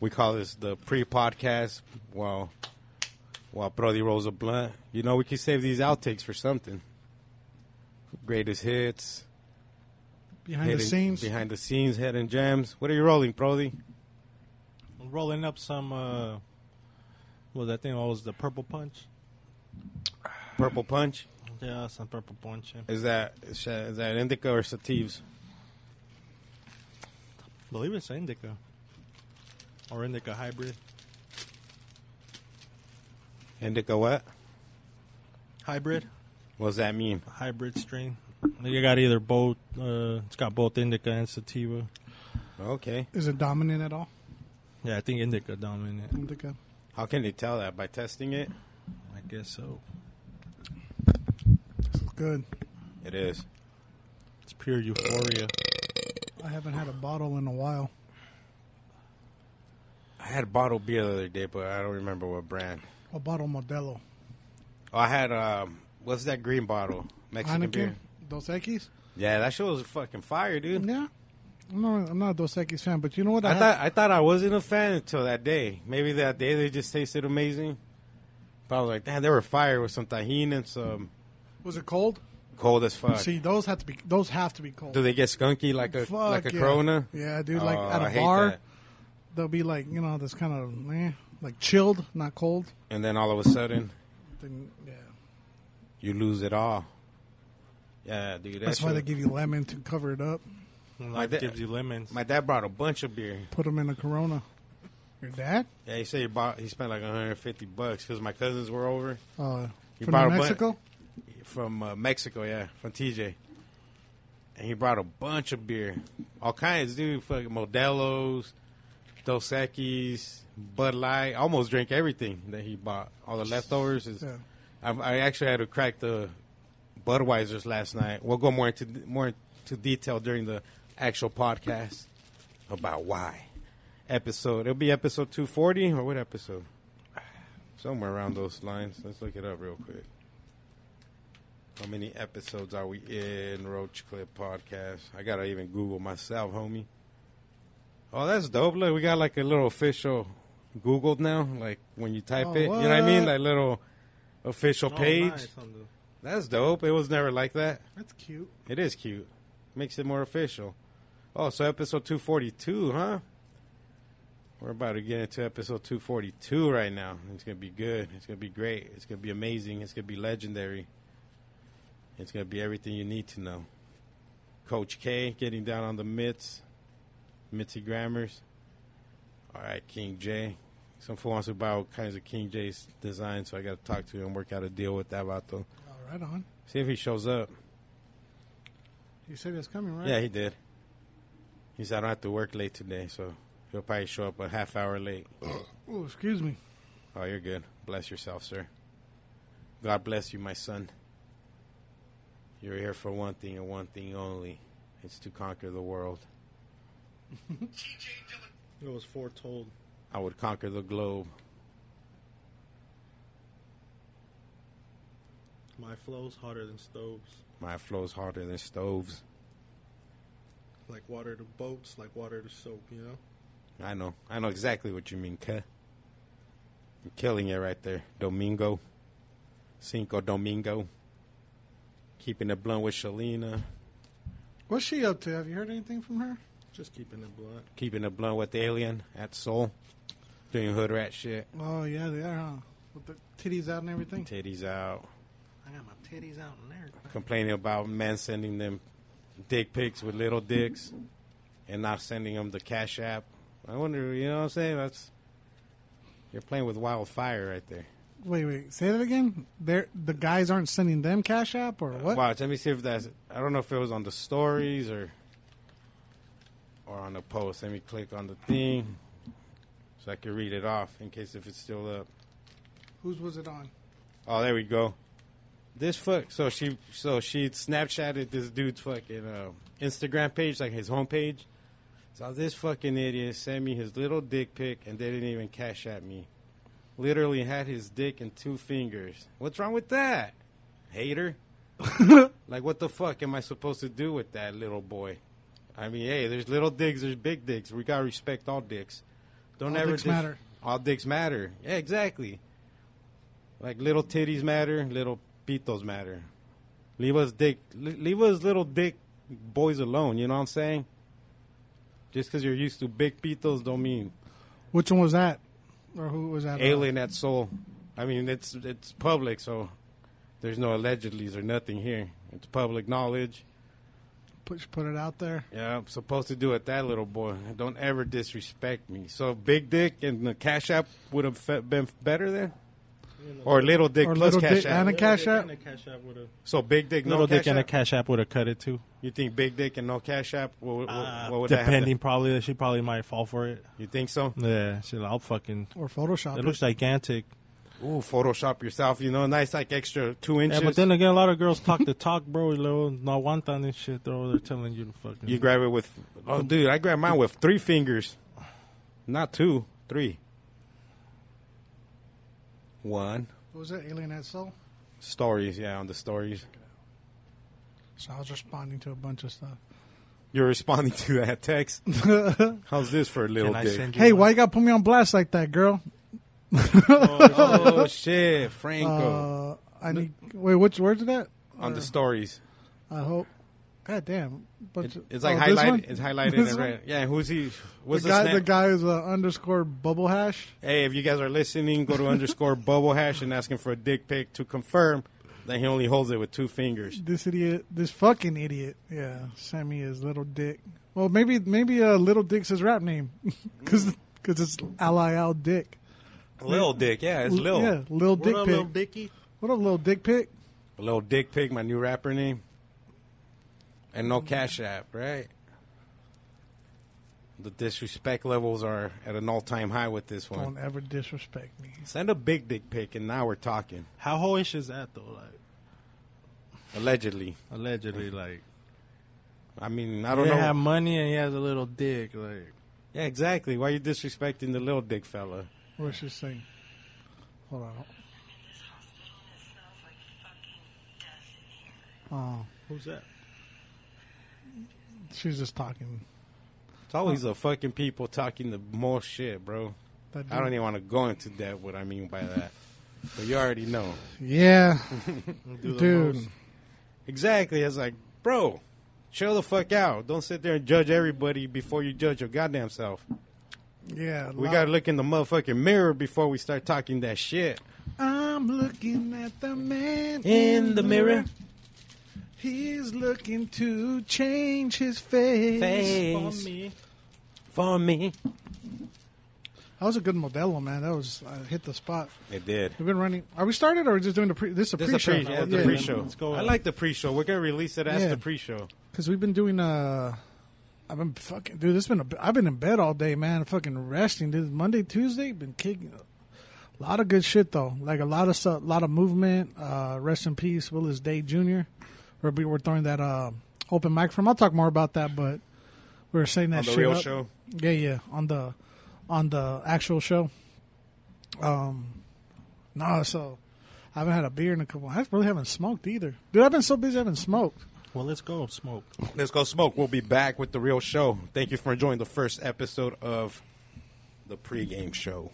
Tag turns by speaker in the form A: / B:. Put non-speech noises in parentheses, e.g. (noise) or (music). A: We call this the pre-podcast. While while Brody rolls a blunt, you know we can save these outtakes for something. Greatest hits,
B: Behind the
A: hitting-
B: scenes,
A: behind the scenes, head and jams. What are you rolling, Brody?
C: rolling up some. Uh, what was that thing? What was the purple punch?
A: Purple punch.
C: Yeah, some purple punch. I
A: Is that is that is that indica or satives?
C: believe it's indica or indica hybrid.
A: Indica what?
C: Hybrid,
A: What does that mean?
C: hybrid strain. You got either both. Uh, it's got both indica and sativa.
A: Okay.
B: is it dominant at all?
C: Yeah, I think indica dominant.
B: Indica.
A: How can they tell that by testing it?
C: I guess so.
B: This is good.
A: It is.
C: It's pure euphoria.
B: I haven't had a bottle in a while.
A: I had bottled beer the other day, but I don't remember what brand.
B: A bottle Modelo.
A: Oh, I had um, what's that green bottle? Mexican
B: Heineken.
A: beer.
B: Dos Equis.
A: Yeah, that shit was fucking fire, dude.
B: Yeah. I'm not, I'm not a Dos Equis fan, but you know what?
A: I
B: had-
A: thought I thought I wasn't a fan until that day. Maybe that day they just tasted amazing. But I was like, damn, they were fire with some tahini and some
B: was it cold?
A: cold as fuck.
B: See, those have to be those have to be cold.
A: Do they get skunky like a
B: Fuck
A: like a
B: yeah.
A: Corona?
B: Yeah, dude. Like
A: Oh,
B: at
A: I
B: a
A: hate
B: bar,
A: that.
B: they'll be like you know this kind of eh, like chilled, not cold.
A: And then all of a sudden,
B: Then yeah,
A: you lose it all. Yeah, dude. that
B: that's why
A: shit-
B: they give you lemon to cover it up.
A: Like
C: Mm, Life
A: that-
C: gives you lemons.
A: My dad brought a bunch of beer.
B: Put them in a Corona. Your dad?
A: Yeah, he said he bought. He spent like 150 bucks because my cousins were over
B: Uh,
A: You
B: from
A: bought
B: New
A: a bun-
B: Mexico?
A: from uh, Mexico. Yeah, from TJ. And he brought a bunch of beer, all kinds, dude. Fucking Modelo's, Dos Equis, Bud Light. I almost drank everything that he bought. All the leftovers. Is,
B: Yeah.
A: I, I actually had to crack the Budweisers last night. We'll go more into more into detail during the actual podcast about why episode. It'll be episode 240 or what episode? Somewhere around those lines. Let's look it up real quick. How many episodes are we in Roach Clip Podcast? I gotta even Google myself, homie. Oh, that's dope! Look, we got like a little official Googled now. Like when you type
B: Oh,
A: it, you know what I mean?
B: what?
A: That little official
C: Oh,
A: page.
C: nice, Hondo.
A: That's dope. It was never like that.
B: That's cute.
A: It is cute. Makes it more official. Oh, so episode 242, huh? We're about to get into episode 242 right now. It's going to be good. It's going to be great. It's going to be amazing. It's going to be legendary. It's going to be everything you need to know. Coach K getting down on the mitts. Mitzi Grammars. All right, King J. Some fool wants to buy all kinds of King J's designs, so I got to talk to him, work out a deal with that about though.
B: All right, on.
A: See if he shows up.
B: You said it's coming, right?
A: Yeah, he did. He said, I don't have to work late today, so he'll probably show up a half hour late.
B: Oh, excuse me.
A: Oh, you're good. Bless yourself, sir. God bless you, my son. You're here for one thing and one thing only it's to conquer the world.
C: It was foretold.
A: I would conquer the globe.
C: My flow's hotter than stoves,
A: My flow's harder than stoves.
C: like water to boats, like water to soap. You know.
A: I know. I know exactly what you mean, cuh. You're killing it right there. Domingo. Cinco Domingo. Keeping it blunt with Shalina.
B: What's she up to? Have you heard anything from her?
C: Just keeping it blunt.
A: keeping it blunt with the alien at Soul, doing hood rat shit,
B: Oh yeah, they are. Huh? With the titties out and everything.
A: titties out,
C: I got my titties out in there.
A: complaining about men sending them dick pics with little dicks, and not sending them the cash app. I wonder, you know what I'm saying? That's you're playing with wildfire right there.
B: Wait, wait. Say that again. They're, the guys aren't sending them Cash App or what?
A: Watch, let me see if that's. I don't know if it was on the stories or or on the post. Let me click on the thing so I can read it off in case if it's still up.
B: Whose was it on?
A: Oh, there we go. This fuck. So she so she Snapchatted this dude's fucking uh, Instagram page, like his homepage. So this fucking idiot sent me his little dick pic, and they didn't even cash at me. Literally had his dick in two fingers. What's wrong with that,
B: (laughs)
A: hater? like what the fuck am I supposed to do with that little boy? I mean, hey, there's little dicks, there's big dicks. We gotta respect all dicks. Don't
B: All
A: ever
B: dicks
A: dis-
B: matter.
A: All dicks matter. Yeah, exactly. Like little titties matter, little pitos matter. Leave us dick, le- leave us little dick boys alone. You know what I'm saying? Just because you're used to big pitos don't mean
B: Which one was that? Or who was that? uh,
A: alien that soul. I mean, it's it's public, so there's no allegedlys or nothing here. It's public knowledge.
B: Put, put it out there.
A: Yeah, I'm supposed to do it that little boy. Don't ever disrespect me. So big dick and the cash app would have fe- been better then? Or little dick
B: Or
A: plus
B: little
A: cash
B: dick
A: app.
B: and a cash app.
C: And a cash app with a
A: so big dick,
C: little
A: no
C: dick
A: cash
C: and a
A: app?
C: cash app would have cut it too.
A: you think big dick and no cash app? What, what,
C: Uh,
A: what would that happen?
C: depending, probably that she probably might fall for it.
A: You think so?
C: Yeah, she like, I'll fucking.
B: Or Photoshop.
C: It
B: It
C: looks gigantic.
A: Ooh, Photoshop yourself, you know, nice like extra two inches.
C: Yeah, but then again, a lot of girls talk the talk, bro. Little no aguantan and shit. They're over there telling you to fucking.
A: you grab it with, oh, dude, I grabbed mine with three fingers. Not two, three. One.
B: What was it? Alien at Soul?
A: Stories, yeah, on the stories.
B: So I was responding to a bunch of
C: (laughs)
B: stuff.
A: You're responding (laughs) to that text. How's this for a little
C: Can I
A: dick?
C: send you
B: hey,
C: one?
B: why you got to put me on blast like that, girl?
A: (laughs) oh shit, Franco
B: Uh, I need. Wait, which words is that?
A: on the stories.
B: I hope. God damn. Bunch
A: It-
B: of-
A: it's like
B: oh, this one?
A: highlighted. It's highlighted
B: This
A: in
B: one?
A: red. Yeah, who's he?
B: The
A: What's the,
B: guy,
A: snap?
B: the guy is uh, underscore bubble hash.
A: Hey, if you guys are listening, go to underscore bubble hash and ask him for a dick pic to confirm that he only holds it with two fingers.
B: This idiot, this fucking idiot, yeah, sent me his little dick. Well, maybe maybe uh, little dick's his rap name, (laughs) because
A: Mm.
B: it's L I L Dick.
A: Lil dick, yeah, it's Lil.
B: yeah, little dick
C: What up,
B: pic.
C: little dicky?
B: what up, little dick pic?
A: Lil dick pic, my new rapper name, and no cash app, right? The disrespect levels are at an all-time high with this one.
B: Don't ever disrespect me.
A: Send a big dick pic, and now we're talking.
C: How hoish is that though? Like
A: Allegedly,
C: allegedly, like
A: I mean, I
C: I
A: don't
C: don't
A: know.
C: have money and he has a little dick. Like
A: Yeah, exactly. Why you disrespecting the little dick fella?
B: What's this thing? Hold on. Oh,
C: who's that?
B: she's just talking.
A: It's always the fucking people talking the more shit, bro.
B: That
A: I don't even want to go into that what I mean by that. but you already know.
B: Yeah,
C: Do the
B: dude.
C: most.
A: Exactly. It's like, bro, chill the fuck out. Don't sit there and judge everybody before you judge your goddamn self.
B: Yeah,
A: We
B: lot-
A: gotta look in the motherfucking mirror before we start talking that shit.
B: I'm looking at the man
A: In the mirror.
B: He's looking to change his face.
C: Fuck me.
A: for me.
B: That was a good Modelo, man. That was I hit the spot.
A: It did.
B: We've been running. Are we started or are we just doing the pre? This is a
A: This is a
B: pre-show.
A: pre, yeah, the
C: Yeah.
A: pre-show.
C: Let's go
A: I
C: on.
A: like the pre-show. We're gonna release it as
B: Yeah.
A: the pre-show.
B: Because we've been doing. uh I've been fucking dude. This been a, I've been in bed all day, man. Fucking resting. Dude, Monday, Tuesday, been kicking. A lot of good shit though. Like a lot of a lot of movement. Uh, rest in peace, Willis Day Jr. We're, we were throwing that uh, open mic from. I'll talk more about that, but we were saying that
A: On the
B: shit
A: real
B: up.
A: show.
B: Yeah, yeah. On the on the actual show. Um, no. So I haven't had a beer in a couple. I really haven't smoked either, dude. I've been so busy. I haven't smoked.
C: Well, let's go smoke.
A: Let's go smoke. We'll be back with the real show. Thank you for enjoying the first episode of the pregame show.